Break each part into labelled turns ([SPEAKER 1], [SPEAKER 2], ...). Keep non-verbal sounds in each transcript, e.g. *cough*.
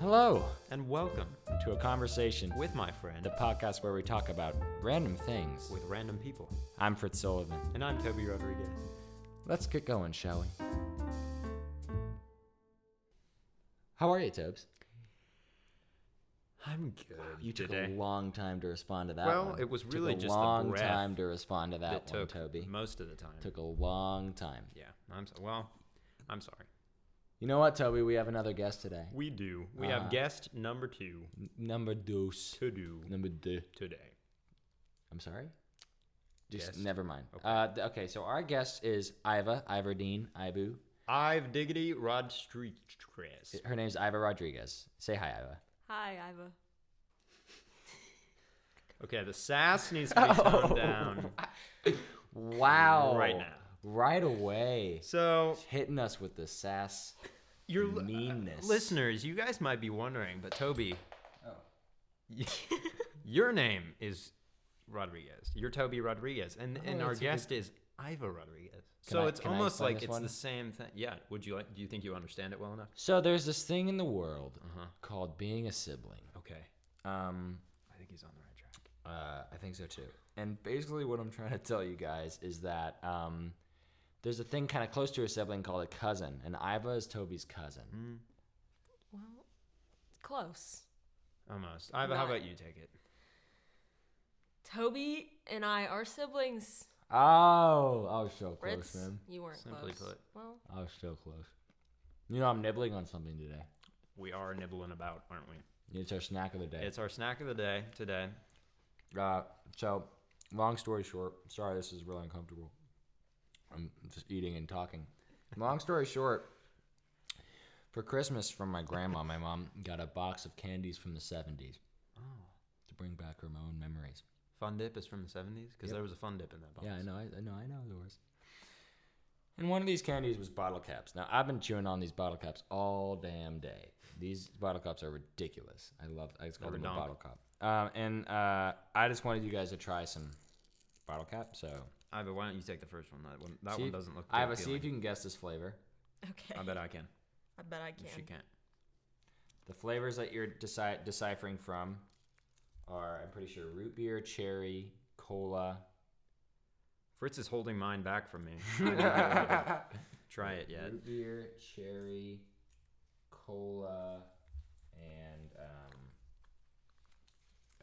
[SPEAKER 1] Hello, and welcome to A Conversation with My Friend, a podcast where we talk about random things.
[SPEAKER 2] with random people.
[SPEAKER 1] I'm Fritz Sullivan.
[SPEAKER 2] And I'm Toby Rodriguez.
[SPEAKER 1] Let's get going, shall we? How are you, Tobes?
[SPEAKER 2] I'm good.
[SPEAKER 1] You took
[SPEAKER 2] today.
[SPEAKER 1] a long time to respond to that
[SPEAKER 2] Well,
[SPEAKER 1] one.
[SPEAKER 2] it was
[SPEAKER 1] Took
[SPEAKER 2] really
[SPEAKER 1] a
[SPEAKER 2] just the
[SPEAKER 1] long
[SPEAKER 2] breath
[SPEAKER 1] time to respond to that,
[SPEAKER 2] That
[SPEAKER 1] one,
[SPEAKER 2] took
[SPEAKER 1] Toby.
[SPEAKER 2] most of the time.
[SPEAKER 1] Took a long time.
[SPEAKER 2] yeah, I'm so, well. I'm sorry.
[SPEAKER 1] You know what, Toby? We have another guest today.
[SPEAKER 2] We do. We
[SPEAKER 1] Uh-huh.
[SPEAKER 2] have guest number two
[SPEAKER 1] N- Number dos.
[SPEAKER 2] to do
[SPEAKER 1] Number two.
[SPEAKER 2] today.
[SPEAKER 1] I'm sorry. Just
[SPEAKER 2] Guest?
[SPEAKER 1] never mind.
[SPEAKER 2] Okay.
[SPEAKER 1] Uh, th- okay, so our guest is Iva Iverdeen Ibu.
[SPEAKER 2] I've diggity Rod Street Chris.
[SPEAKER 1] Her name's Iva Rodriguez. Say hi, Iva.
[SPEAKER 3] Hi, Iva.
[SPEAKER 2] Okay, the sass needs
[SPEAKER 1] *laughs*
[SPEAKER 2] to be toned down.
[SPEAKER 1] Wow.
[SPEAKER 2] Right now.
[SPEAKER 1] Right away.
[SPEAKER 2] So
[SPEAKER 1] Hitting us with the sass.
[SPEAKER 2] your
[SPEAKER 1] Meanness.
[SPEAKER 2] listeners, you guys might be wondering, but Toby,
[SPEAKER 1] Oh.
[SPEAKER 2] y- *laughs* your name is Rodriguez. You're Toby Rodriguez, and and our
[SPEAKER 1] Oh, that's a good-
[SPEAKER 2] guest is Iva Rodriguez.
[SPEAKER 1] Can
[SPEAKER 2] so
[SPEAKER 1] I-
[SPEAKER 2] it's
[SPEAKER 1] can I
[SPEAKER 2] almost
[SPEAKER 1] explain
[SPEAKER 2] like
[SPEAKER 1] this
[SPEAKER 2] it's
[SPEAKER 1] one?
[SPEAKER 2] the same thing. Yeah. Would you like? Do you think you understand it well enough?
[SPEAKER 1] So there's this thing in the world
[SPEAKER 2] Uh-huh.
[SPEAKER 1] called being a sibling.
[SPEAKER 2] Okay.
[SPEAKER 1] Um,
[SPEAKER 2] I think he's on the right track.
[SPEAKER 1] Uh, I think so too. And basically, what I'm trying to tell you guys is that um, there's a thing kind of close to a sibling called a cousin, and Iva is Toby's cousin.
[SPEAKER 3] Well, close.
[SPEAKER 2] Almost. Iva, how about you take it?
[SPEAKER 3] Toby and I are siblings.
[SPEAKER 1] Oh, I was so close,
[SPEAKER 3] Fritz,
[SPEAKER 1] man.
[SPEAKER 3] you weren't
[SPEAKER 2] Simply
[SPEAKER 3] close.
[SPEAKER 2] put.
[SPEAKER 3] Well,
[SPEAKER 1] I was so close. You know, I'm nibbling on something today.
[SPEAKER 2] We are nibbling about, aren't we?
[SPEAKER 1] It's our snack of the day.
[SPEAKER 2] It's our snack of the day today.
[SPEAKER 1] Uh, so, long story short, sorry, this is really uncomfortable. I'm just eating and talking. Long story short, for Christmas from my grandma, my mom got a box of candies from the 70s
[SPEAKER 2] Oh.
[SPEAKER 1] to bring back her own memories.
[SPEAKER 2] Fun dip is from the 70s because
[SPEAKER 1] Yep.
[SPEAKER 2] there was a fun dip in that box.
[SPEAKER 1] Yeah, I know, I, I know, I know yours. And one of these candies was bottle caps. Now, I've been chewing on these bottle caps all damn day. These bottle caps are ridiculous. I love, I just call
[SPEAKER 2] They're
[SPEAKER 1] them a
[SPEAKER 2] donk.
[SPEAKER 1] bottle cap. Um, and uh, I just wanted you guys to try some bottle cap, so.
[SPEAKER 2] Iva, why don't you take the first one? That one, that
[SPEAKER 1] See
[SPEAKER 2] one
[SPEAKER 1] if-
[SPEAKER 2] doesn't look.
[SPEAKER 1] Iva,
[SPEAKER 2] appealing.
[SPEAKER 1] see if you can guess this flavor.
[SPEAKER 3] okay.
[SPEAKER 2] I bet I can.
[SPEAKER 3] I bet I
[SPEAKER 2] If she
[SPEAKER 3] can.
[SPEAKER 2] can't.
[SPEAKER 1] The flavors that you're deci- deciphering from are, I'm pretty sure, root beer, cherry,
[SPEAKER 2] *laughs*
[SPEAKER 1] cola.
[SPEAKER 2] Fritz is holding mine back from
[SPEAKER 1] *laughs*
[SPEAKER 2] me. I don't know how to Try it yet.
[SPEAKER 1] Root beer, cherry, cola, and um,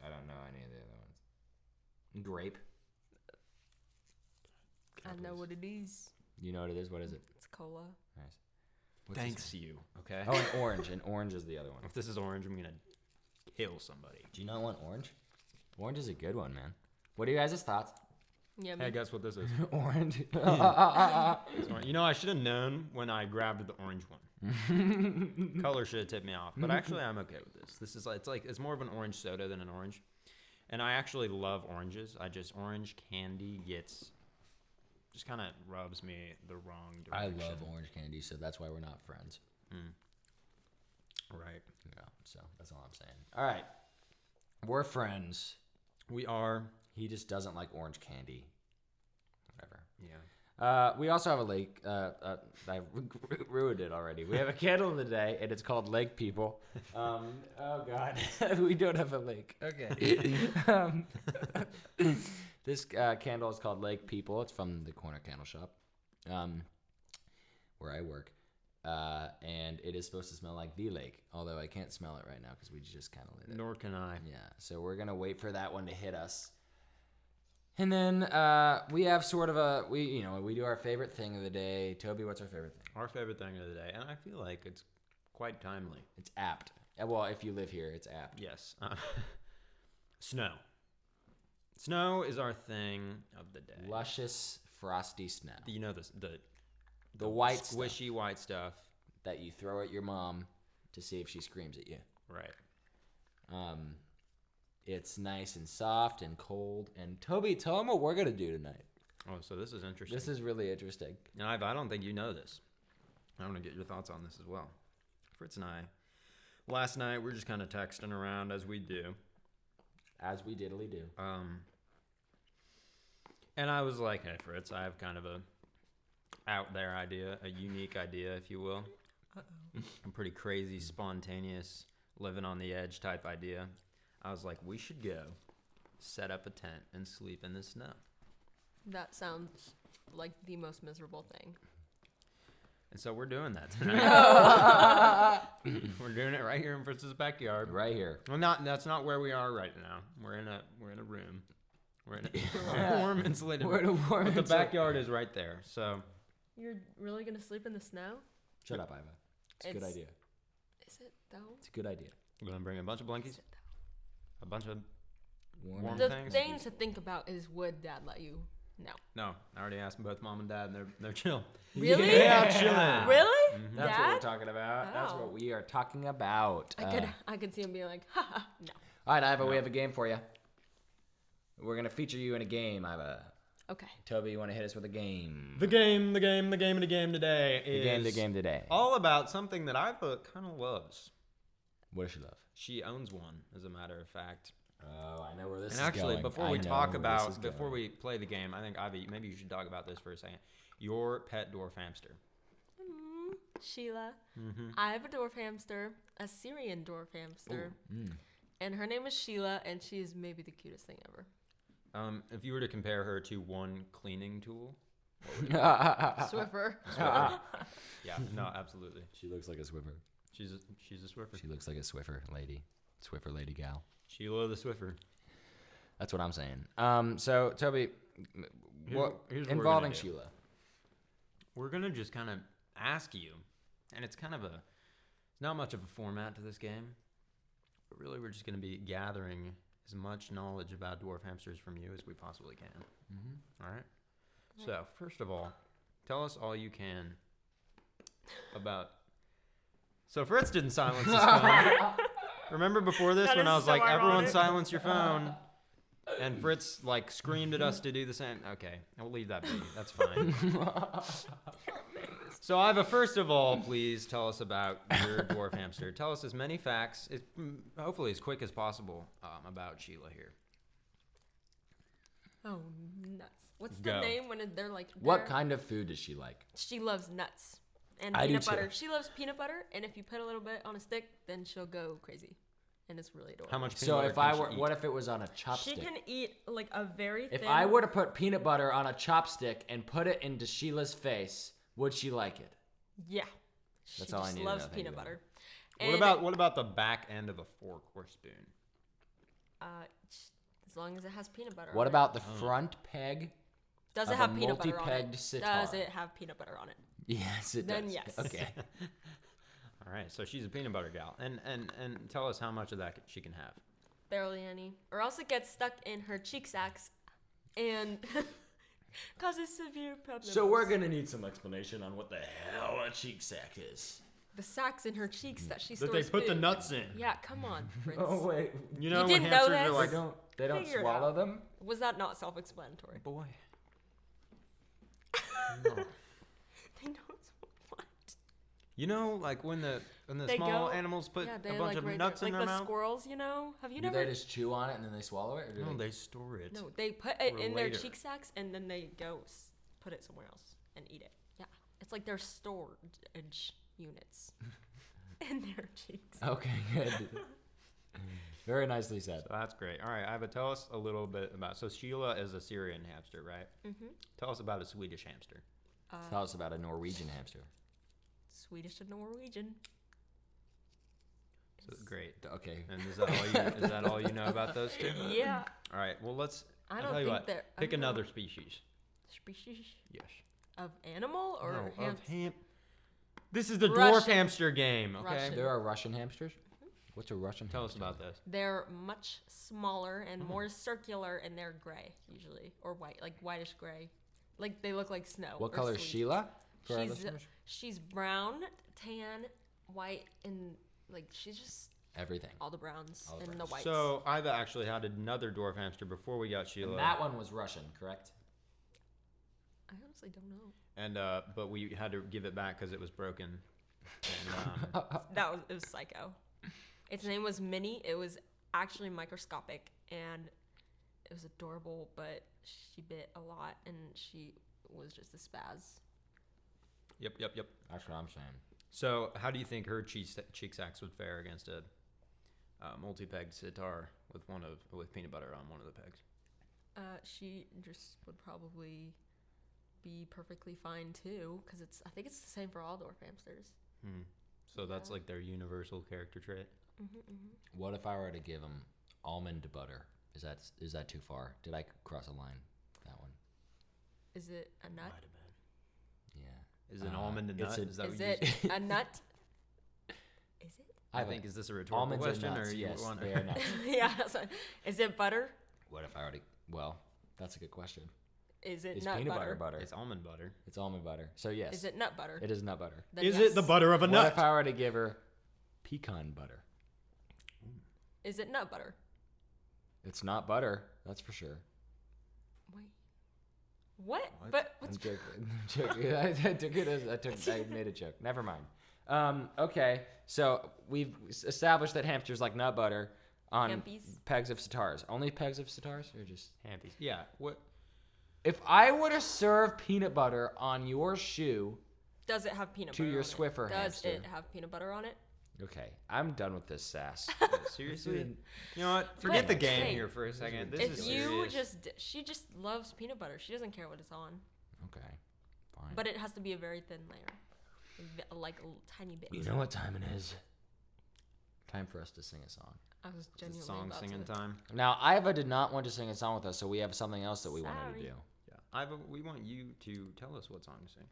[SPEAKER 1] I don't know any of the other ones. Grape.
[SPEAKER 3] I know what it is.
[SPEAKER 1] You know what it is? What is it?
[SPEAKER 3] It's cola.
[SPEAKER 1] Nice. What's this
[SPEAKER 2] Thanks you. Okay.
[SPEAKER 1] one? Oh, an orange. An orange is the other one.
[SPEAKER 2] If this is orange, I'm gonna kill somebody.
[SPEAKER 1] Do you not want orange? Orange is a good one, man. What are you guys' thoughts? *laughs*
[SPEAKER 3] Yummy.
[SPEAKER 2] Hey, guess what this is?
[SPEAKER 1] orange.
[SPEAKER 2] It's orange. You know, I should have known when I grabbed the orange one.
[SPEAKER 1] *laughs*
[SPEAKER 2] Color should have tipped me off, but actually, I'm okay with this. This is like, it's like it's more of an orange soda than an orange, and I actually love oranges. I just orange candy gets just kind of rubs me the wrong
[SPEAKER 1] I
[SPEAKER 2] direction.
[SPEAKER 1] love orange candy, so that's why we're not friends.
[SPEAKER 2] Right.
[SPEAKER 1] Yeah, so that's all I'm saying. All right, we're friends.
[SPEAKER 2] We are.
[SPEAKER 1] He just doesn't like orange candy. Whatever.
[SPEAKER 2] Yeah.
[SPEAKER 1] Uh, we also have a lake. Uh, uh, I ru- *laughs* ruined it already. We have a candle today, and it's called Lake People. Um, oh God, *laughs* we don't have a lake. Okay. um, *laughs* this uh, candle is called Lake People. It's from the Corner Candle Shop, um, where I work, uh, and it is supposed to smell like the lake. Although I can't smell it right now because we just kind of lit it.
[SPEAKER 2] Nor can I.
[SPEAKER 1] Yeah, so we're gonna wait for that one to hit us. And then uh, we have sort of a we you know we do our favorite thing of the day. Toby, what's our favorite thing?
[SPEAKER 2] Our favorite thing of the day, and I feel like it's quite timely.
[SPEAKER 1] It's apt. Uh, Well, if you live here, it's apt.
[SPEAKER 2] Yes. Uh, *laughs* snow. Snow is our thing of the day.
[SPEAKER 1] Luscious, frosty snow
[SPEAKER 2] You know this the
[SPEAKER 1] The white stuff.
[SPEAKER 2] squishy white stuff.
[SPEAKER 1] that you throw at your mom to see if she screams at you.
[SPEAKER 2] Right.
[SPEAKER 1] Um, it's nice and soft and cold. And Toby, tell him what we're gonna do tonight.
[SPEAKER 2] Oh, so this is interesting.
[SPEAKER 1] This is really interesting.
[SPEAKER 2] and I've, I don't think you know this. I want to get your thoughts on this as well. Fritz and I, last night we were just kind of texting around as we do.
[SPEAKER 1] As we diddly *laughs* do.
[SPEAKER 2] Um, and I was like, hey, Fritz, I have kind of a out there idea, a unique idea, if you will. A pretty crazy, spontaneous, living on the edge type idea. I was like, we should go set up a tent and sleep in the snow.
[SPEAKER 3] That sounds like the most miserable thing.
[SPEAKER 2] And so we're doing that tonight. *laughs* we're doing it right here in Fritz's backyard.
[SPEAKER 1] Right here.
[SPEAKER 2] Well, not that's not where we are right now. We're in a we're in a room. We're in a warm insulated
[SPEAKER 1] We're
[SPEAKER 2] room.
[SPEAKER 1] in a warm. *laughs*
[SPEAKER 2] But the
[SPEAKER 1] insula-
[SPEAKER 2] backyard is right there. So
[SPEAKER 3] You're really gonna sleep in the snow?
[SPEAKER 1] Shut up, Iva. It's, a good
[SPEAKER 3] It's-
[SPEAKER 1] idea.
[SPEAKER 3] Is it though?
[SPEAKER 1] It's a good idea.
[SPEAKER 2] we're gonna bring a bunch of
[SPEAKER 3] Is
[SPEAKER 2] blankets,
[SPEAKER 3] it though?
[SPEAKER 2] a bunch of
[SPEAKER 1] Warm.
[SPEAKER 2] Warm.
[SPEAKER 3] The
[SPEAKER 2] things.
[SPEAKER 3] thing to think about is would dad let you? No.
[SPEAKER 2] no. I already asked both mom and dad, and they're they're chill.
[SPEAKER 3] Really?
[SPEAKER 2] *laughs* They are chilling.
[SPEAKER 3] Really?
[SPEAKER 1] That's what we're
[SPEAKER 3] Dad?
[SPEAKER 1] talking about. That's
[SPEAKER 3] Oh.
[SPEAKER 1] what we are talking about.
[SPEAKER 3] I
[SPEAKER 1] Uh,
[SPEAKER 3] could I could see him being like, ha ha, no.
[SPEAKER 1] all right, Iva, we have a game for you. We're gonna feature you in a game, Iva.
[SPEAKER 3] Okay.
[SPEAKER 1] Toby, you want to hit us with a game?
[SPEAKER 2] The game, the game, the game, and the game today
[SPEAKER 1] The
[SPEAKER 2] is
[SPEAKER 1] game, the game today.
[SPEAKER 2] all about something that I book kind of loves.
[SPEAKER 1] What does she love?
[SPEAKER 2] She owns one, as a matter of fact.
[SPEAKER 1] Oh, I know where this
[SPEAKER 2] and actually, before we talk about, before we play the game, I think Ivy, maybe you should talk about this for a second. Your pet dwarf hamster.
[SPEAKER 3] Mm, Sheila.
[SPEAKER 1] Mm-hmm.
[SPEAKER 3] I have a dwarf hamster, a Syrian dwarf hamster.
[SPEAKER 1] mm.
[SPEAKER 3] And her name is Sheila, and she is maybe the cutest thing ever.
[SPEAKER 2] Um, if you were to compare her to one cleaning tool,
[SPEAKER 1] *laughs* Ah,
[SPEAKER 3] Swiffer.
[SPEAKER 2] yeah, no, *laughs* absolutely.
[SPEAKER 1] she looks like a Swiffer.
[SPEAKER 2] She's a, she's a Swiffer.
[SPEAKER 1] She looks like a Swiffer lady. Swiffer lady gal.
[SPEAKER 2] Sheila the Swiffer.
[SPEAKER 1] That's what I'm saying. Um, so Toby, m-
[SPEAKER 2] Here's
[SPEAKER 1] what
[SPEAKER 2] wh- here's what we're
[SPEAKER 1] involving
[SPEAKER 2] gonna do.
[SPEAKER 1] Sheila?
[SPEAKER 2] We're gonna just kind of ask you, and it's kind of a, it's not much of a format to this game, but really we're just gonna be gathering as much knowledge about dwarf hamsters from you as we possibly can.
[SPEAKER 1] *laughs*
[SPEAKER 2] All right. So first of all, tell us all you can about. So Fritz didn't silence his
[SPEAKER 3] *laughs*
[SPEAKER 2] phone. Remember before this
[SPEAKER 3] That
[SPEAKER 2] when I
[SPEAKER 3] is
[SPEAKER 2] was
[SPEAKER 3] so
[SPEAKER 2] like, everyone
[SPEAKER 3] ironic."
[SPEAKER 2] silence your
[SPEAKER 3] *laughs*
[SPEAKER 2] phone. And Fritz like screamed at us to do the same. Okay, I'll leave that be. That's fine. so Iva, first of all, please tell us about *laughs* your dwarf hamster. Tell us as many facts, as, mm, hopefully as quick as possible, um, about Sheila here.
[SPEAKER 3] Oh, nuts. What's the
[SPEAKER 2] Go.
[SPEAKER 3] name when it- they're like.
[SPEAKER 1] What
[SPEAKER 3] they're-
[SPEAKER 1] kind of food does she like?
[SPEAKER 3] She loves nuts and
[SPEAKER 1] I do
[SPEAKER 3] peanut
[SPEAKER 1] too.
[SPEAKER 3] butter. She loves peanut butter, and if you put a little bit on a stick, then she'll go crazy. And it's really adorable.
[SPEAKER 2] How much? peanut
[SPEAKER 1] So
[SPEAKER 2] butter
[SPEAKER 1] if
[SPEAKER 2] can
[SPEAKER 1] I
[SPEAKER 2] she
[SPEAKER 1] were,
[SPEAKER 2] eat?
[SPEAKER 1] what if it was on a
[SPEAKER 3] She
[SPEAKER 1] chopstick?
[SPEAKER 3] can eat like a very thin.
[SPEAKER 1] if I were to put peanut butter on a chopstick and put it into Sheila's face, would she like it?
[SPEAKER 3] Yeah. She
[SPEAKER 1] That's all I
[SPEAKER 3] just
[SPEAKER 1] need to know.
[SPEAKER 3] loves
[SPEAKER 1] Thank you
[SPEAKER 3] peanut
[SPEAKER 1] very
[SPEAKER 3] butter.
[SPEAKER 2] What
[SPEAKER 3] And,
[SPEAKER 2] about what about the back end of a fork or spoon? *laughs*
[SPEAKER 3] Uh, sh- as long as it has peanut butter.
[SPEAKER 1] What
[SPEAKER 3] on
[SPEAKER 1] about the front peg?
[SPEAKER 3] It. Does it
[SPEAKER 1] of a
[SPEAKER 3] have peanut butter on
[SPEAKER 1] multi-pegged
[SPEAKER 3] it?
[SPEAKER 1] sitar?
[SPEAKER 3] Does it have peanut butter on it?
[SPEAKER 1] Yes, it
[SPEAKER 3] Then
[SPEAKER 1] does.
[SPEAKER 3] yes.
[SPEAKER 1] *laughs* Okay.
[SPEAKER 2] All right, so she's a peanut butter gal, and and and tell us how much of that c- she can have.
[SPEAKER 3] Barely any. Or else it gets stuck in her cheek sacks, and *laughs* causes severe problems.
[SPEAKER 4] So we're gonna need some explanation on what the hell a cheek sack is.
[SPEAKER 3] the sacks in her cheeks that she stores food.
[SPEAKER 2] nuts in.
[SPEAKER 3] Yeah, come
[SPEAKER 1] *laughs*
[SPEAKER 3] on,
[SPEAKER 1] Oh,
[SPEAKER 3] Prince.
[SPEAKER 1] wait,
[SPEAKER 2] You know when
[SPEAKER 3] didn't know
[SPEAKER 2] hamsters are
[SPEAKER 3] this?
[SPEAKER 1] they
[SPEAKER 2] like,
[SPEAKER 1] don't they don't
[SPEAKER 3] Figure it
[SPEAKER 1] swallow
[SPEAKER 3] out.
[SPEAKER 1] them?
[SPEAKER 3] Was that not self-explanatory? *laughs*
[SPEAKER 2] boy.
[SPEAKER 3] They don't swallow it.
[SPEAKER 2] You know, like when the when the
[SPEAKER 3] They
[SPEAKER 2] small
[SPEAKER 3] go-
[SPEAKER 2] animals put
[SPEAKER 3] yeah, they
[SPEAKER 2] a bunch
[SPEAKER 3] like
[SPEAKER 2] of
[SPEAKER 3] right
[SPEAKER 2] nuts
[SPEAKER 3] there.
[SPEAKER 2] in
[SPEAKER 3] like
[SPEAKER 2] their
[SPEAKER 3] the
[SPEAKER 2] mouth.
[SPEAKER 3] squirrels, you know. Have you
[SPEAKER 1] Do
[SPEAKER 3] never?
[SPEAKER 1] they just chew on it and then they swallow it? Or do
[SPEAKER 2] No,
[SPEAKER 1] they...
[SPEAKER 2] they store it.
[SPEAKER 3] No, they put it
[SPEAKER 2] for later.
[SPEAKER 3] in their cheek sacks and then they go s- put it somewhere else and eat it. Yeah, it's like their storage units *laughs* in their cheeks.
[SPEAKER 1] Okay, good. *laughs* Very nicely said.
[SPEAKER 2] So that's great. All right, Iva, tell us a little bit about. So Sheila is a Syrian hamster, right? Mm-hmm. Tell us about a Swedish hamster.
[SPEAKER 3] uh,
[SPEAKER 1] Tell us about a Norwegian hamster.
[SPEAKER 3] Swedish
[SPEAKER 2] *clears throat*
[SPEAKER 3] and Norwegian.
[SPEAKER 2] So great.
[SPEAKER 1] Okay.
[SPEAKER 2] And is that all you, is that all you know about those two?
[SPEAKER 3] Yeah.
[SPEAKER 2] All right. Well, let's.
[SPEAKER 3] I
[SPEAKER 2] I'll
[SPEAKER 3] don't
[SPEAKER 2] tell you
[SPEAKER 3] think
[SPEAKER 2] what,
[SPEAKER 3] they're- I
[SPEAKER 2] Pick
[SPEAKER 3] don't know.
[SPEAKER 2] another species.
[SPEAKER 3] Species
[SPEAKER 2] Yes.
[SPEAKER 3] of animal or
[SPEAKER 2] no,
[SPEAKER 3] ham-
[SPEAKER 2] of ham. This is the dwarf
[SPEAKER 3] Russian.
[SPEAKER 2] hamster game. Okay.
[SPEAKER 3] Russian.
[SPEAKER 1] There are Russian hamsters. What's a Russian?
[SPEAKER 2] Tell us
[SPEAKER 1] hamster?
[SPEAKER 2] about this.
[SPEAKER 3] They're much smaller and
[SPEAKER 2] Mm-hmm.
[SPEAKER 3] more circular, and they're gray usually or white, like whitish gray. Like they look like snow.
[SPEAKER 1] What
[SPEAKER 3] or
[SPEAKER 1] color is
[SPEAKER 3] sleet.
[SPEAKER 1] Sheila? For our
[SPEAKER 3] She's
[SPEAKER 1] listeners?
[SPEAKER 3] she's brown, tan, white, and like she's just
[SPEAKER 1] Everything.
[SPEAKER 3] all the browns
[SPEAKER 1] All the
[SPEAKER 3] and
[SPEAKER 1] browns.
[SPEAKER 3] the whites.
[SPEAKER 2] So Iva actually had another dwarf hamster before we got Sheila,
[SPEAKER 1] And that one was Russian,
[SPEAKER 3] *laughs*
[SPEAKER 1] correct?
[SPEAKER 3] I honestly don't know.
[SPEAKER 2] and uh, but we had to give it back because it was broken. And, um, *laughs*
[SPEAKER 3] That was it was psycho. Its name was Minnie. It was actually microscopic and it was adorable, but she bit a lot and she was just a spaz.
[SPEAKER 2] yep, yep, yep.
[SPEAKER 1] That's what I'm saying.
[SPEAKER 2] So how do you think her cheek cheek sacks would fare against a uh, multi-pegged sitar with one of with peanut butter on one of the pegs.
[SPEAKER 3] Uh, she just would probably be perfectly fine too, because it's I think it's the same for all dwarf hamsters.
[SPEAKER 2] Hmm. So that's
[SPEAKER 3] Yeah.
[SPEAKER 2] like their universal character trait.
[SPEAKER 1] What if I were to give him almond butter? Is that is that too far? Did I cross a line? with That one.
[SPEAKER 3] Is it a nut?
[SPEAKER 1] Yeah.
[SPEAKER 2] Is an
[SPEAKER 1] Uh,
[SPEAKER 2] almond a
[SPEAKER 1] it's
[SPEAKER 2] nut?
[SPEAKER 1] a-
[SPEAKER 2] is that
[SPEAKER 3] Is
[SPEAKER 2] what you said?
[SPEAKER 3] it a nut? Is it? *laughs*
[SPEAKER 2] I
[SPEAKER 1] would-
[SPEAKER 2] think is this a rhetorical
[SPEAKER 1] almonds are
[SPEAKER 2] question
[SPEAKER 1] nuts.
[SPEAKER 2] or you
[SPEAKER 1] Yes,
[SPEAKER 2] want
[SPEAKER 1] they are nuts.
[SPEAKER 3] yeah. that's what- is it butter?
[SPEAKER 1] What if I already? Well, that's a good question.
[SPEAKER 3] Is it
[SPEAKER 1] It's
[SPEAKER 3] nut
[SPEAKER 1] peanut butter
[SPEAKER 3] butter?
[SPEAKER 1] butter.
[SPEAKER 2] *laughs* It's almond butter.
[SPEAKER 1] It's almond butter. So yes,
[SPEAKER 3] Is it nut butter?
[SPEAKER 1] it is nut butter.
[SPEAKER 3] Then yes.
[SPEAKER 2] butter of a
[SPEAKER 1] what if I were to give her pecan butter?
[SPEAKER 3] Is it nut butter?
[SPEAKER 1] It's not butter, that's for sure.
[SPEAKER 3] Wait. What?
[SPEAKER 2] What?
[SPEAKER 3] But
[SPEAKER 1] I'm
[SPEAKER 3] what's
[SPEAKER 1] joking. *laughs* I'm joking. I, I took it as I took. I made a joke. Never mind. Um, okay, so we've s- established that hamsters like nut butter on
[SPEAKER 3] Hampies.
[SPEAKER 1] pegs of sitars. Only pegs of sitars, or just
[SPEAKER 2] Hampies. Yeah.
[SPEAKER 1] *laughs*
[SPEAKER 2] What?
[SPEAKER 1] if I were to serve peanut butter on your shoe.
[SPEAKER 3] does it have peanut
[SPEAKER 1] To
[SPEAKER 3] butter?
[SPEAKER 1] your
[SPEAKER 3] on it?
[SPEAKER 1] Swiffer
[SPEAKER 3] Does
[SPEAKER 1] hamster.
[SPEAKER 3] it have peanut butter on it?
[SPEAKER 1] Okay, I'm done with this
[SPEAKER 3] *laughs*
[SPEAKER 1] sass.
[SPEAKER 2] Seriously? You know what? Forget
[SPEAKER 3] But,
[SPEAKER 2] the game
[SPEAKER 3] hey,
[SPEAKER 2] here for a second. This
[SPEAKER 3] if
[SPEAKER 2] is
[SPEAKER 3] you
[SPEAKER 2] serious.
[SPEAKER 3] just d- she just loves peanut butter. She doesn't care what it's on.
[SPEAKER 1] okay, fine.
[SPEAKER 3] But it has to be a very thin layer. V- Like a little tiny bit.
[SPEAKER 1] you know what time it is? Time for us to sing a song.
[SPEAKER 3] I was
[SPEAKER 2] It's
[SPEAKER 3] genuinely
[SPEAKER 2] song
[SPEAKER 3] about
[SPEAKER 2] singing
[SPEAKER 3] to.
[SPEAKER 2] time.
[SPEAKER 1] Now, Iva did not want to sing a song with us, so we have something else that we wanted
[SPEAKER 3] Sorry.
[SPEAKER 1] to do.
[SPEAKER 2] Yeah. Iva, we want you to tell us what song to sing.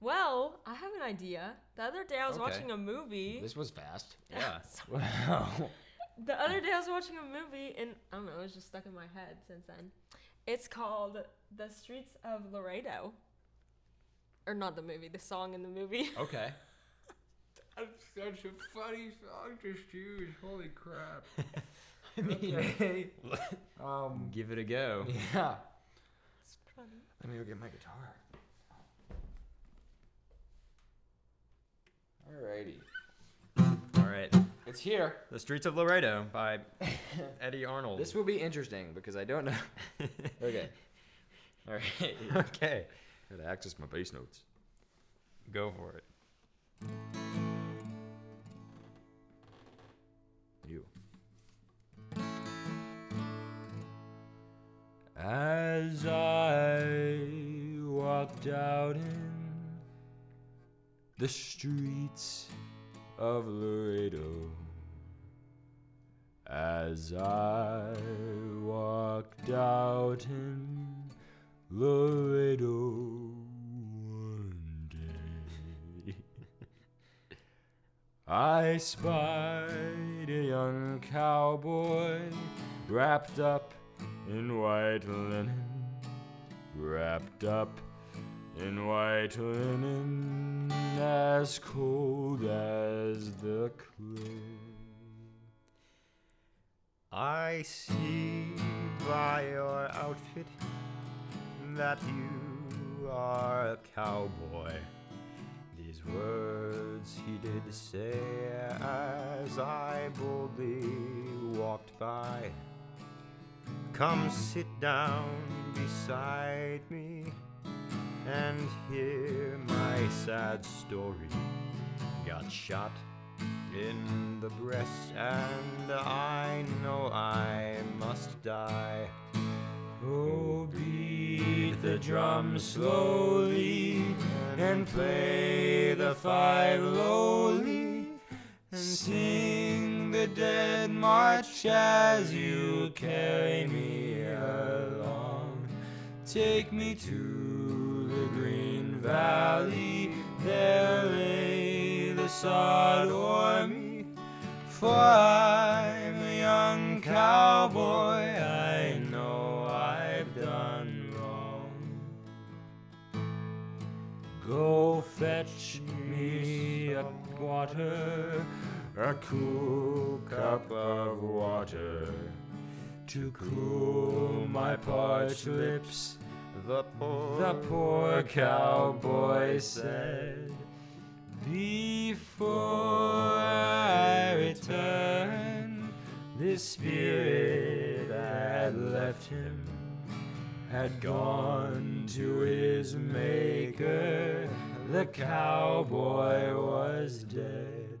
[SPEAKER 3] Well, I have an idea. The other day I was
[SPEAKER 2] Okay.
[SPEAKER 3] watching a movie. *laughs*
[SPEAKER 1] This was fast.
[SPEAKER 2] Yeah.
[SPEAKER 1] *laughs* Wow.
[SPEAKER 3] The other day I was watching a movie and I don't know, it's just stuck in my head since then. It's called The Streets of Laredo. Or not the movie, the song in the movie.
[SPEAKER 2] Okay.
[SPEAKER 1] That's such a funny song to choose. Holy crap.
[SPEAKER 2] I mean,
[SPEAKER 1] *laughs* Um,
[SPEAKER 2] give it a go.
[SPEAKER 1] yeah.
[SPEAKER 3] It's funny.
[SPEAKER 1] Let me go get my guitar. Alrighty.
[SPEAKER 2] All right.
[SPEAKER 1] It's here.
[SPEAKER 2] The Streets of Laredo by Eddie Arnold.
[SPEAKER 1] This will be interesting because I *laughs* don't know. Okay. Alright.
[SPEAKER 2] okay.
[SPEAKER 1] Gotta access my bass notes.
[SPEAKER 2] Go for it.
[SPEAKER 1] You. As I walked out in the streets of Laredo, as I walked out in Laredo one day. I spied a young cowboy wrapped up in white linen, wrapped up in white linen, as cold as the clay.
[SPEAKER 2] I see by your outfit that you are a cowboy. These words he did say as I boldly walked by. Come sit down beside me and hear my sad story. Got shot in the breast, and I know I must die. Oh, beat the drum slowly, and play the five lowly, and sing the dead march as you carry me along. Take me to the green valley, there lay the sod o'er me. For I'm a young cowboy, I know I've done wrong. Go fetch me a water, a cool cup of water, to cool my parched lips. The poor, the poor cowboy said, Before I return, this spirit had left him had gone to his maker. The cowboy was dead.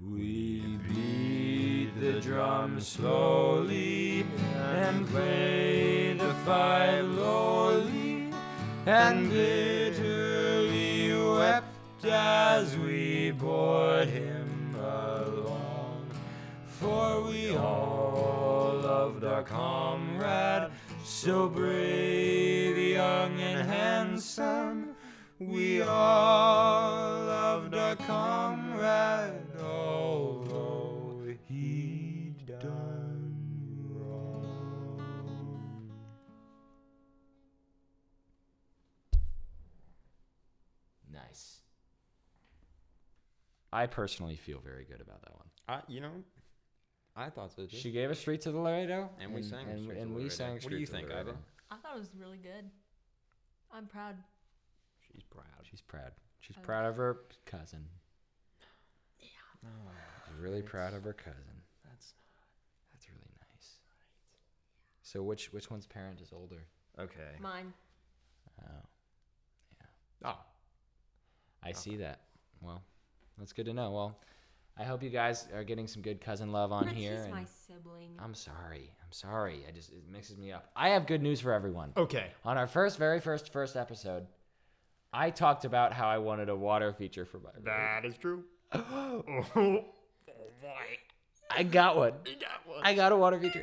[SPEAKER 2] We beat the the drum slowly and play the fife lowly and bitterly wept as we bore him along. For we all loved our comrade, so brave, young, and handsome. We all loved our comrade, although he'd done wrong.
[SPEAKER 1] Nice. I personally feel very good about that one.
[SPEAKER 2] I, you know, I thought so too.
[SPEAKER 1] She gave us "Street to the Laredo,"
[SPEAKER 2] And we sang
[SPEAKER 1] and,
[SPEAKER 2] Street to
[SPEAKER 1] and we
[SPEAKER 2] Laredo.
[SPEAKER 1] sang.
[SPEAKER 2] What do
[SPEAKER 1] Street
[SPEAKER 2] you
[SPEAKER 1] to
[SPEAKER 2] think,
[SPEAKER 1] Laredo.
[SPEAKER 2] Ivan?
[SPEAKER 3] I thought it was really good. I'm proud.
[SPEAKER 2] She's proud.
[SPEAKER 1] She's proud. She's
[SPEAKER 3] I-
[SPEAKER 1] proud of her cousin.
[SPEAKER 2] Oh,
[SPEAKER 1] She's really proud of her cousin.
[SPEAKER 2] that's
[SPEAKER 1] That's really nice. So which which one's parent is older?
[SPEAKER 2] okay.
[SPEAKER 3] Mine.
[SPEAKER 1] Oh,
[SPEAKER 2] Oh,
[SPEAKER 1] I see that. Well, that's good to know. Well, I hope you guys are getting some good cousin love on
[SPEAKER 3] Prince
[SPEAKER 1] here.
[SPEAKER 3] is
[SPEAKER 1] and-
[SPEAKER 3] my sibling.
[SPEAKER 1] I'm sorry. I'm sorry. I just it mixes me up. I have good news for everyone.
[SPEAKER 2] okay.
[SPEAKER 1] On our first, very first, first episode, I talked about how I wanted a water feature for my.
[SPEAKER 2] That is true. *gasps* oh boy,
[SPEAKER 1] I got one.
[SPEAKER 2] that was
[SPEAKER 1] I got a water feature.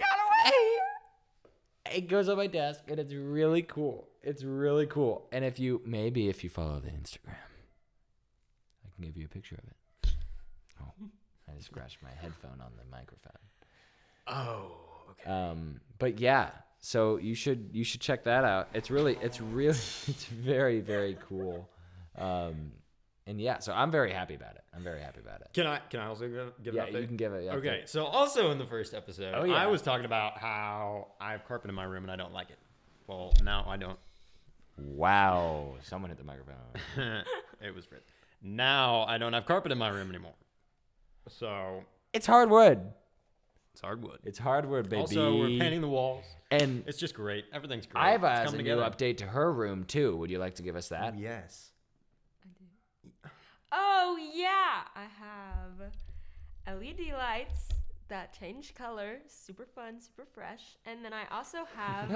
[SPEAKER 1] It goes on my desk, and it's really cool. It's really cool. And if you maybe if you follow the Instagram, I can give you a picture of it. Oh, I just scratched my headphone on the microphone.
[SPEAKER 2] Oh, okay.
[SPEAKER 1] Um, but yeah, so you should you should check that out. It's really it's really *laughs* it's very very cool. Um, and yeah, so I'm very happy about it. I'm very happy about it.
[SPEAKER 2] Can I can I also give, give
[SPEAKER 1] Yeah,
[SPEAKER 2] an update?
[SPEAKER 1] you can give it. Yeah,
[SPEAKER 2] Okay, so also in the first episode,
[SPEAKER 1] Oh, yeah.
[SPEAKER 2] I was talking about how I have carpet in my room and I don't like it. Well, now I don't. *laughs*
[SPEAKER 1] Wow, someone hit the microphone.
[SPEAKER 2] it was ripped. Now I don't have carpet in my room anymore. So
[SPEAKER 1] It's hardwood.
[SPEAKER 2] it's hardwood.
[SPEAKER 1] It's hardwood, baby.
[SPEAKER 2] Also, we're painting the walls.
[SPEAKER 1] and
[SPEAKER 2] It's just great. Everything's great.
[SPEAKER 1] Iva has
[SPEAKER 2] it's
[SPEAKER 1] a
[SPEAKER 2] coming
[SPEAKER 1] new
[SPEAKER 2] together.
[SPEAKER 1] update to her room too. Would you like to give us that?
[SPEAKER 2] Yes.
[SPEAKER 3] Oh yeah, I have LED lights that change color, super fun, super fresh. And then I also
[SPEAKER 1] *laughs*
[SPEAKER 3] have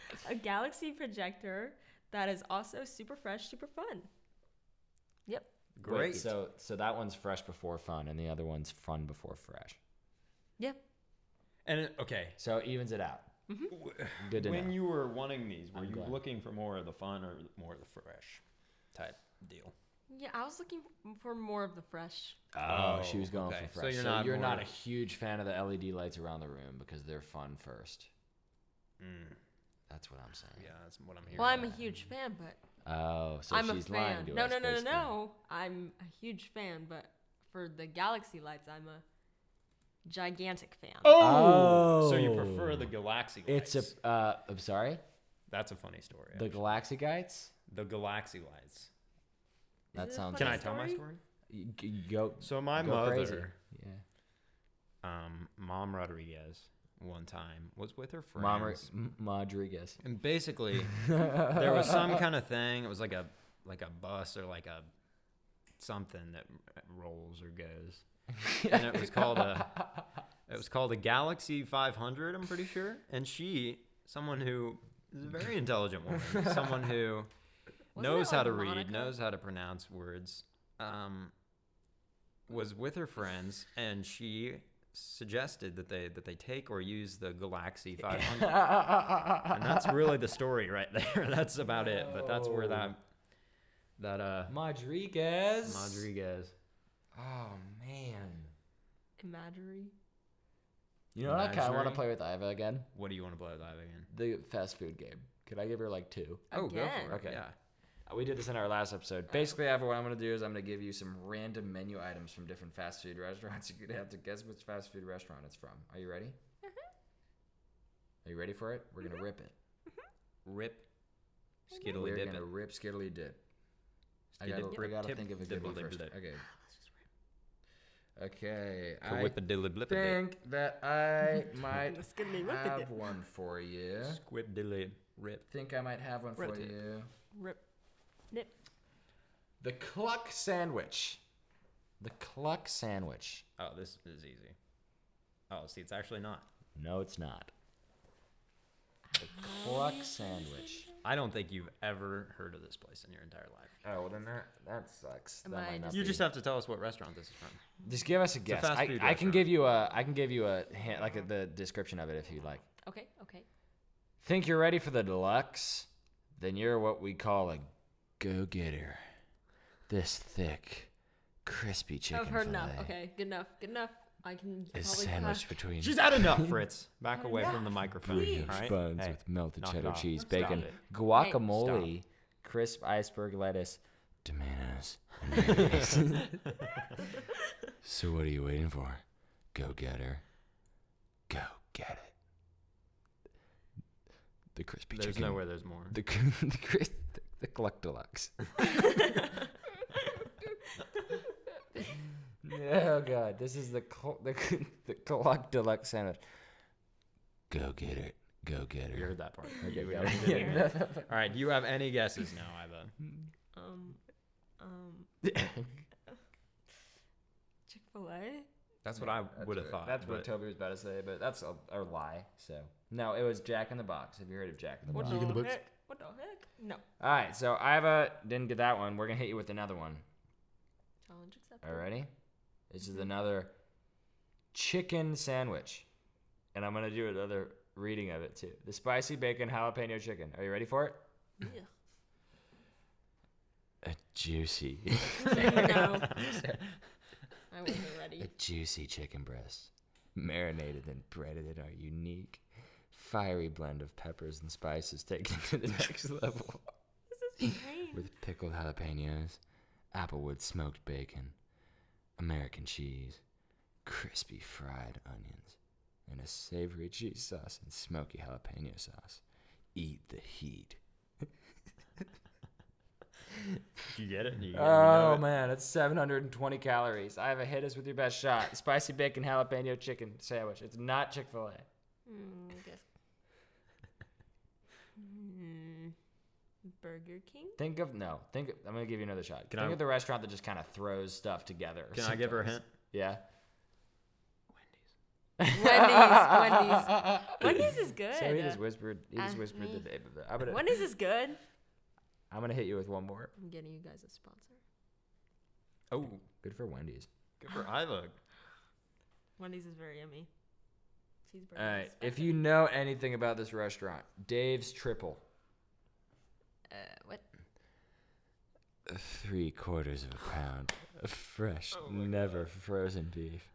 [SPEAKER 3] *laughs* a galaxy projector that is also super fresh, super fun. Yep.
[SPEAKER 1] Wait,
[SPEAKER 2] Great.
[SPEAKER 1] so so that one's fresh before fun, and the other one's fun before fresh.
[SPEAKER 3] Yep.
[SPEAKER 2] and it, okay,
[SPEAKER 1] So it evens it out.
[SPEAKER 2] Mm-hmm.
[SPEAKER 1] Good to
[SPEAKER 2] when
[SPEAKER 1] know.
[SPEAKER 2] you were wanting these, were
[SPEAKER 1] I'm
[SPEAKER 2] you
[SPEAKER 1] glad.
[SPEAKER 2] looking for more of the fun or more of the fresh type deal?
[SPEAKER 3] Yeah, I was looking f- for more of the fresh.
[SPEAKER 1] Oh,
[SPEAKER 2] Oh,
[SPEAKER 1] she was going
[SPEAKER 2] okay.
[SPEAKER 1] for
[SPEAKER 2] So
[SPEAKER 1] fresh. So
[SPEAKER 2] you're
[SPEAKER 1] you're,
[SPEAKER 2] not
[SPEAKER 1] not,
[SPEAKER 2] more-
[SPEAKER 1] a huge fan of the LED lights around the room because they're fun first.
[SPEAKER 2] Mm.
[SPEAKER 1] That's what I'm saying.
[SPEAKER 2] Yeah, that's what I'm hearing.
[SPEAKER 3] Well, I'm a huge fan, but
[SPEAKER 1] Oh, so
[SPEAKER 3] I'm
[SPEAKER 1] she's
[SPEAKER 3] a fan.
[SPEAKER 1] lying to
[SPEAKER 3] no,
[SPEAKER 1] us.
[SPEAKER 3] no, no, no,
[SPEAKER 1] basically.
[SPEAKER 3] no. I'm a huge fan, but for the galaxy lights, I'm a gigantic fan.
[SPEAKER 2] Oh, so you prefer the
[SPEAKER 1] Oh.
[SPEAKER 2] Galaxy?
[SPEAKER 1] It's
[SPEAKER 2] lights.
[SPEAKER 1] a. Uh, I'm sorry.
[SPEAKER 2] That's a funny story.
[SPEAKER 1] The
[SPEAKER 2] The,
[SPEAKER 1] Galaxy Guides.
[SPEAKER 2] the Galaxy lights.
[SPEAKER 1] That
[SPEAKER 3] it a
[SPEAKER 1] sounds.
[SPEAKER 2] Can I
[SPEAKER 1] like-
[SPEAKER 2] tell
[SPEAKER 3] funny
[SPEAKER 2] my
[SPEAKER 3] story?
[SPEAKER 2] story?
[SPEAKER 1] You, you go.
[SPEAKER 2] So my
[SPEAKER 1] go
[SPEAKER 2] mother,
[SPEAKER 1] Crazy. Yeah.
[SPEAKER 2] um, Mom Rodriguez, one time was with her friends,
[SPEAKER 1] Mom M- Rodriguez.
[SPEAKER 2] and basically there was some kind of thing. It was like a like a bus or like a something that rolls or goes, *laughs* and it was called a it was called a Galaxy 500. I'm pretty sure. And she, someone who is a very intelligent woman, someone who
[SPEAKER 3] Wasn't it
[SPEAKER 2] knows how
[SPEAKER 3] like
[SPEAKER 2] to read,
[SPEAKER 3] Monica?
[SPEAKER 2] knows how to pronounce words, um, was with her friends, and she suggested that they that they take or use the Galaxy 500. uh,
[SPEAKER 1] *laughs*
[SPEAKER 2] and that's really the story right there. *laughs* That's about it. But that's where
[SPEAKER 1] Oh.
[SPEAKER 2] that that uh
[SPEAKER 1] Rodriguez.
[SPEAKER 2] Rodriguez.
[SPEAKER 1] Oh man.
[SPEAKER 3] Imagery.
[SPEAKER 1] You know what I kind of want
[SPEAKER 2] Imaginary?
[SPEAKER 1] to play with Iva again?
[SPEAKER 2] What do you want to play live again?
[SPEAKER 1] The fast food game. Could I give her like two?
[SPEAKER 2] Oh, go
[SPEAKER 3] Again.
[SPEAKER 2] for it.
[SPEAKER 1] Okay.
[SPEAKER 2] Yeah.
[SPEAKER 1] Uh, We did this in our last episode. Basically, Iva, what I'm going to do is I'm going to give you some random menu items from different fast food *laughs* restaurants. You're going to have to guess which fast food restaurant it's from. Are you ready? Are you ready for it? We're going to rip it.
[SPEAKER 2] Rip.
[SPEAKER 1] We're
[SPEAKER 2] Skiddly
[SPEAKER 1] going
[SPEAKER 2] dip.
[SPEAKER 1] to
[SPEAKER 2] it.
[SPEAKER 1] rip skiddly dip. I
[SPEAKER 2] Skiddy
[SPEAKER 1] gotta,
[SPEAKER 2] dip,
[SPEAKER 1] we got to
[SPEAKER 2] tip,
[SPEAKER 1] think of a good
[SPEAKER 2] dibble
[SPEAKER 1] one
[SPEAKER 2] dibble
[SPEAKER 1] first.
[SPEAKER 2] dip.
[SPEAKER 1] Okay. Okay. I
[SPEAKER 2] Whip a dilly blip a dip.
[SPEAKER 1] think that
[SPEAKER 2] *laughs*
[SPEAKER 1] I might
[SPEAKER 3] Let's get me whip it
[SPEAKER 1] have
[SPEAKER 3] dip.
[SPEAKER 1] one for you.
[SPEAKER 2] Squib dilly rip.
[SPEAKER 1] Think I might have one for
[SPEAKER 2] Rotate.
[SPEAKER 1] you.
[SPEAKER 3] Rip. Nip.
[SPEAKER 1] The cluck sandwich. The cluck sandwich.
[SPEAKER 2] Oh, this is easy. Oh, see, it's actually not.
[SPEAKER 1] No, it's not. The
[SPEAKER 3] Ah.
[SPEAKER 1] cluck sandwich.
[SPEAKER 2] I don't think you've ever heard of this place in your entire life.
[SPEAKER 1] Oh, well, then that, that sucks. That
[SPEAKER 3] But I
[SPEAKER 1] might not
[SPEAKER 3] just-
[SPEAKER 2] You
[SPEAKER 1] be-
[SPEAKER 2] just have to tell us what restaurant this is from.
[SPEAKER 1] just give us a guess.
[SPEAKER 2] fast
[SPEAKER 1] I,
[SPEAKER 2] food
[SPEAKER 1] I can
[SPEAKER 2] restaurant.
[SPEAKER 1] give you a I can give you a hint, like a, the description of it if you'd like.
[SPEAKER 3] Okay, okay.
[SPEAKER 1] Think you're ready for the deluxe? Then you're what we call a go getter. This thick, crispy chicken
[SPEAKER 3] I've heard
[SPEAKER 1] fillet
[SPEAKER 3] enough. Okay, good enough. Good enough. I can
[SPEAKER 1] is
[SPEAKER 3] probably
[SPEAKER 1] sandwiched
[SPEAKER 3] pass.
[SPEAKER 1] between
[SPEAKER 2] She's had enough, Fritz. Back
[SPEAKER 3] Had
[SPEAKER 2] away
[SPEAKER 3] enough,
[SPEAKER 2] from the microphone.
[SPEAKER 3] please.
[SPEAKER 2] All right?
[SPEAKER 1] buns
[SPEAKER 2] Hey,
[SPEAKER 1] with melted
[SPEAKER 2] knock it
[SPEAKER 1] cheddar
[SPEAKER 2] off.
[SPEAKER 1] cheese,
[SPEAKER 2] Stop
[SPEAKER 1] bacon,
[SPEAKER 2] it.
[SPEAKER 1] guacamole, crisp iceberg lettuce, tomatoes,
[SPEAKER 2] *laughs*
[SPEAKER 1] and mayonnaise. so what are you waiting for? Go get her. Go get it. The crispy
[SPEAKER 2] There's
[SPEAKER 1] chicken.
[SPEAKER 2] nowhere there's more.
[SPEAKER 1] The cr- *laughs* the, cris- the, the Gluck Deluxe. *laughs* oh god, this is the cl- the cl- the Gluck Deluxe sandwich. Go get it. Go get
[SPEAKER 2] You
[SPEAKER 1] her.
[SPEAKER 2] heard that part.
[SPEAKER 1] Okay,
[SPEAKER 2] You
[SPEAKER 1] got
[SPEAKER 2] know
[SPEAKER 1] it.
[SPEAKER 2] *laughs* you didn't hear it. All right. Do you have any guesses now, Iva?
[SPEAKER 3] *laughs* Um, um,
[SPEAKER 2] *laughs*
[SPEAKER 3] Chick Fil A.
[SPEAKER 2] That's what I would have thought.
[SPEAKER 1] That's what
[SPEAKER 2] but-
[SPEAKER 1] Toby was about to say, but that's a, a lie. So no, it was Jack in the Box. Have you heard of Jack in the
[SPEAKER 3] What
[SPEAKER 1] Box?
[SPEAKER 3] the heck? What the heck? No.
[SPEAKER 1] All right, so Iva didn't get that one. We're gonna hit you with another one.
[SPEAKER 3] Challenge accepted.
[SPEAKER 1] All righty. This
[SPEAKER 3] Mm-hmm.
[SPEAKER 1] is another chicken sandwich. And I'm going to do another reading of it too. The spicy bacon jalapeno chicken. Are you ready for it?
[SPEAKER 3] Ugh.
[SPEAKER 1] A juicy, *laughs*
[SPEAKER 3] no. I wasn't ready.
[SPEAKER 1] juicy chicken breast. Marinated and breaded in our unique, fiery blend of peppers and spices taken to the *laughs* next level.
[SPEAKER 3] This is strange.
[SPEAKER 1] With pickled jalapenos, applewood smoked bacon, American cheese, crispy fried onions, and a savory cheese sauce and smoky jalapeno sauce. Eat the heat.
[SPEAKER 2] Do you get it? Do you
[SPEAKER 1] Oh man, it's 720 calories. I have a hit us with your best shot. Spicy bacon jalapeno chicken sandwich. It's not Chick fil A.
[SPEAKER 3] Mm, I guess. Mm, Burger King?
[SPEAKER 1] Think of, no, think, I'm going to give you another shot.
[SPEAKER 2] Can
[SPEAKER 1] think
[SPEAKER 2] I-
[SPEAKER 1] of the restaurant that just kind of throws stuff together.
[SPEAKER 2] Can I give her a hint?
[SPEAKER 1] Yeah.
[SPEAKER 3] Wendy's. Wendy's. Wendy's is good.
[SPEAKER 1] So he just whispered. He just
[SPEAKER 3] Uh,
[SPEAKER 1] whispered the
[SPEAKER 3] me.
[SPEAKER 1] name of it. I'm gonna.
[SPEAKER 3] Wendy's is good.
[SPEAKER 1] I'm gonna hit you with one more.
[SPEAKER 3] I'm getting you guys a sponsor.
[SPEAKER 2] Oh,
[SPEAKER 1] Good for Wendy's.
[SPEAKER 2] good for Iva.
[SPEAKER 3] Wendy's is very yummy. Cheeseburger.
[SPEAKER 1] All right.
[SPEAKER 3] *laughs*
[SPEAKER 1] If you know anything about this restaurant, Dave's Triple.
[SPEAKER 3] Uh, what?
[SPEAKER 1] Three quarters of a pound of fresh,
[SPEAKER 3] Oh
[SPEAKER 1] never frozen beef.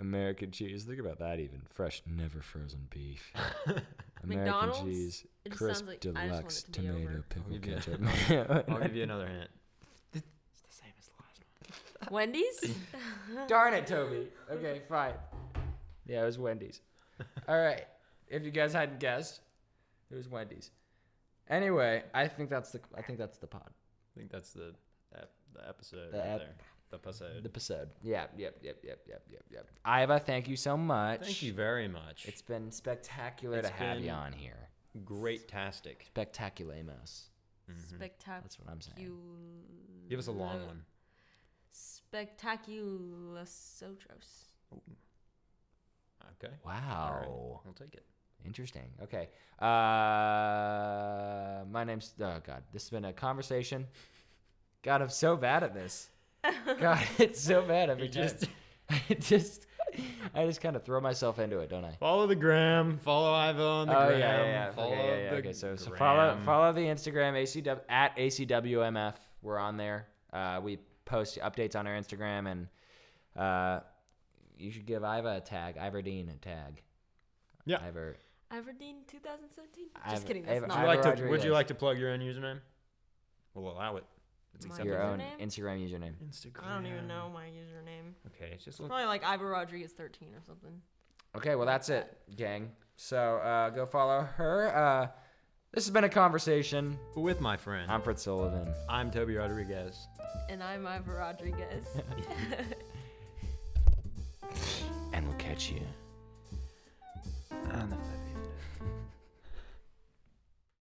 [SPEAKER 1] American cheese. Think about that. Even fresh, never frozen
[SPEAKER 3] *laughs*
[SPEAKER 1] beef. American
[SPEAKER 3] McDonald's?
[SPEAKER 1] cheese.
[SPEAKER 3] It just
[SPEAKER 1] Crisp
[SPEAKER 3] sounds like- I just want
[SPEAKER 1] deluxe
[SPEAKER 3] it to be over.
[SPEAKER 1] tomato
[SPEAKER 2] I'll
[SPEAKER 1] pickle
[SPEAKER 2] give you-
[SPEAKER 1] ketchup. *laughs*
[SPEAKER 2] I'll give you another hint.
[SPEAKER 1] *laughs*
[SPEAKER 3] Wendy's?
[SPEAKER 1] Mm-hmm. Darn it, Toby. Okay, fine. Yeah, it was
[SPEAKER 2] *laughs*
[SPEAKER 1] Wendy's. All right. If you guys hadn't guessed, it was Wendy's. Anyway, I think that's the I think that's the pod.
[SPEAKER 2] *laughs* I think that's the ep- the episode
[SPEAKER 1] The
[SPEAKER 2] right
[SPEAKER 1] ep-
[SPEAKER 2] there. The episode.
[SPEAKER 1] The episode. Yeah, yep, yep, yep, yep, yep, yep. Iva, thank you so much.
[SPEAKER 2] Thank you very much.
[SPEAKER 1] It's been spectacular
[SPEAKER 2] It's
[SPEAKER 1] to have you
[SPEAKER 2] been-
[SPEAKER 1] on here.
[SPEAKER 2] great tastic.
[SPEAKER 1] Spectaculamos.
[SPEAKER 3] Spectacular.
[SPEAKER 1] That's what I'm saying.
[SPEAKER 2] Give us a long one.
[SPEAKER 3] Spectacular Sotros.
[SPEAKER 2] Okay. All right.
[SPEAKER 1] Wow.
[SPEAKER 2] I'll take it.
[SPEAKER 1] Interesting. Okay. Uh, my name's oh god. This has been a conversation. God, I'm so bad at this. God, *laughs* it's so bad. I just, *laughs* I just, I just kind of throw myself into it, don't I?
[SPEAKER 2] Follow the gram. Follow Iva on the
[SPEAKER 1] oh
[SPEAKER 2] gram.
[SPEAKER 1] yeah, yeah, yeah.
[SPEAKER 2] Follow
[SPEAKER 1] okay, yeah, yeah.
[SPEAKER 2] the
[SPEAKER 1] okay, so, so follow
[SPEAKER 2] gram.
[SPEAKER 1] follow the Instagram ACW at ACWMF. We're on there. Uh, we post updates on our Instagram, and uh, you should give Iva a tag, Iverdeen a tag.
[SPEAKER 2] Yeah.
[SPEAKER 1] Ivor.
[SPEAKER 3] Aberdeen 2017?
[SPEAKER 1] I've-
[SPEAKER 3] Just kidding. That's
[SPEAKER 1] I've-
[SPEAKER 2] Would
[SPEAKER 3] not
[SPEAKER 2] you,
[SPEAKER 1] Iva
[SPEAKER 2] like to, would
[SPEAKER 1] Rodriguez.
[SPEAKER 2] you like to plug your own username? We'll allow it. It's
[SPEAKER 3] My
[SPEAKER 2] acceptable.
[SPEAKER 1] Your own
[SPEAKER 3] Username?
[SPEAKER 1] Instagram username.
[SPEAKER 2] Instagram.
[SPEAKER 3] I don't even know my username.
[SPEAKER 2] Okay, just look.
[SPEAKER 3] Probably like Ivor Rodriguez 13 or something.
[SPEAKER 1] Okay, well that's it, gang. So uh, go follow her. Uh, this has been a conversation.
[SPEAKER 2] With my friend.
[SPEAKER 1] I'm Fritz Sullivan.
[SPEAKER 2] I'm Toby Rodriguez.
[SPEAKER 3] And I'm Ivor Rodriguez.
[SPEAKER 1] And we'll catch you
[SPEAKER 2] On the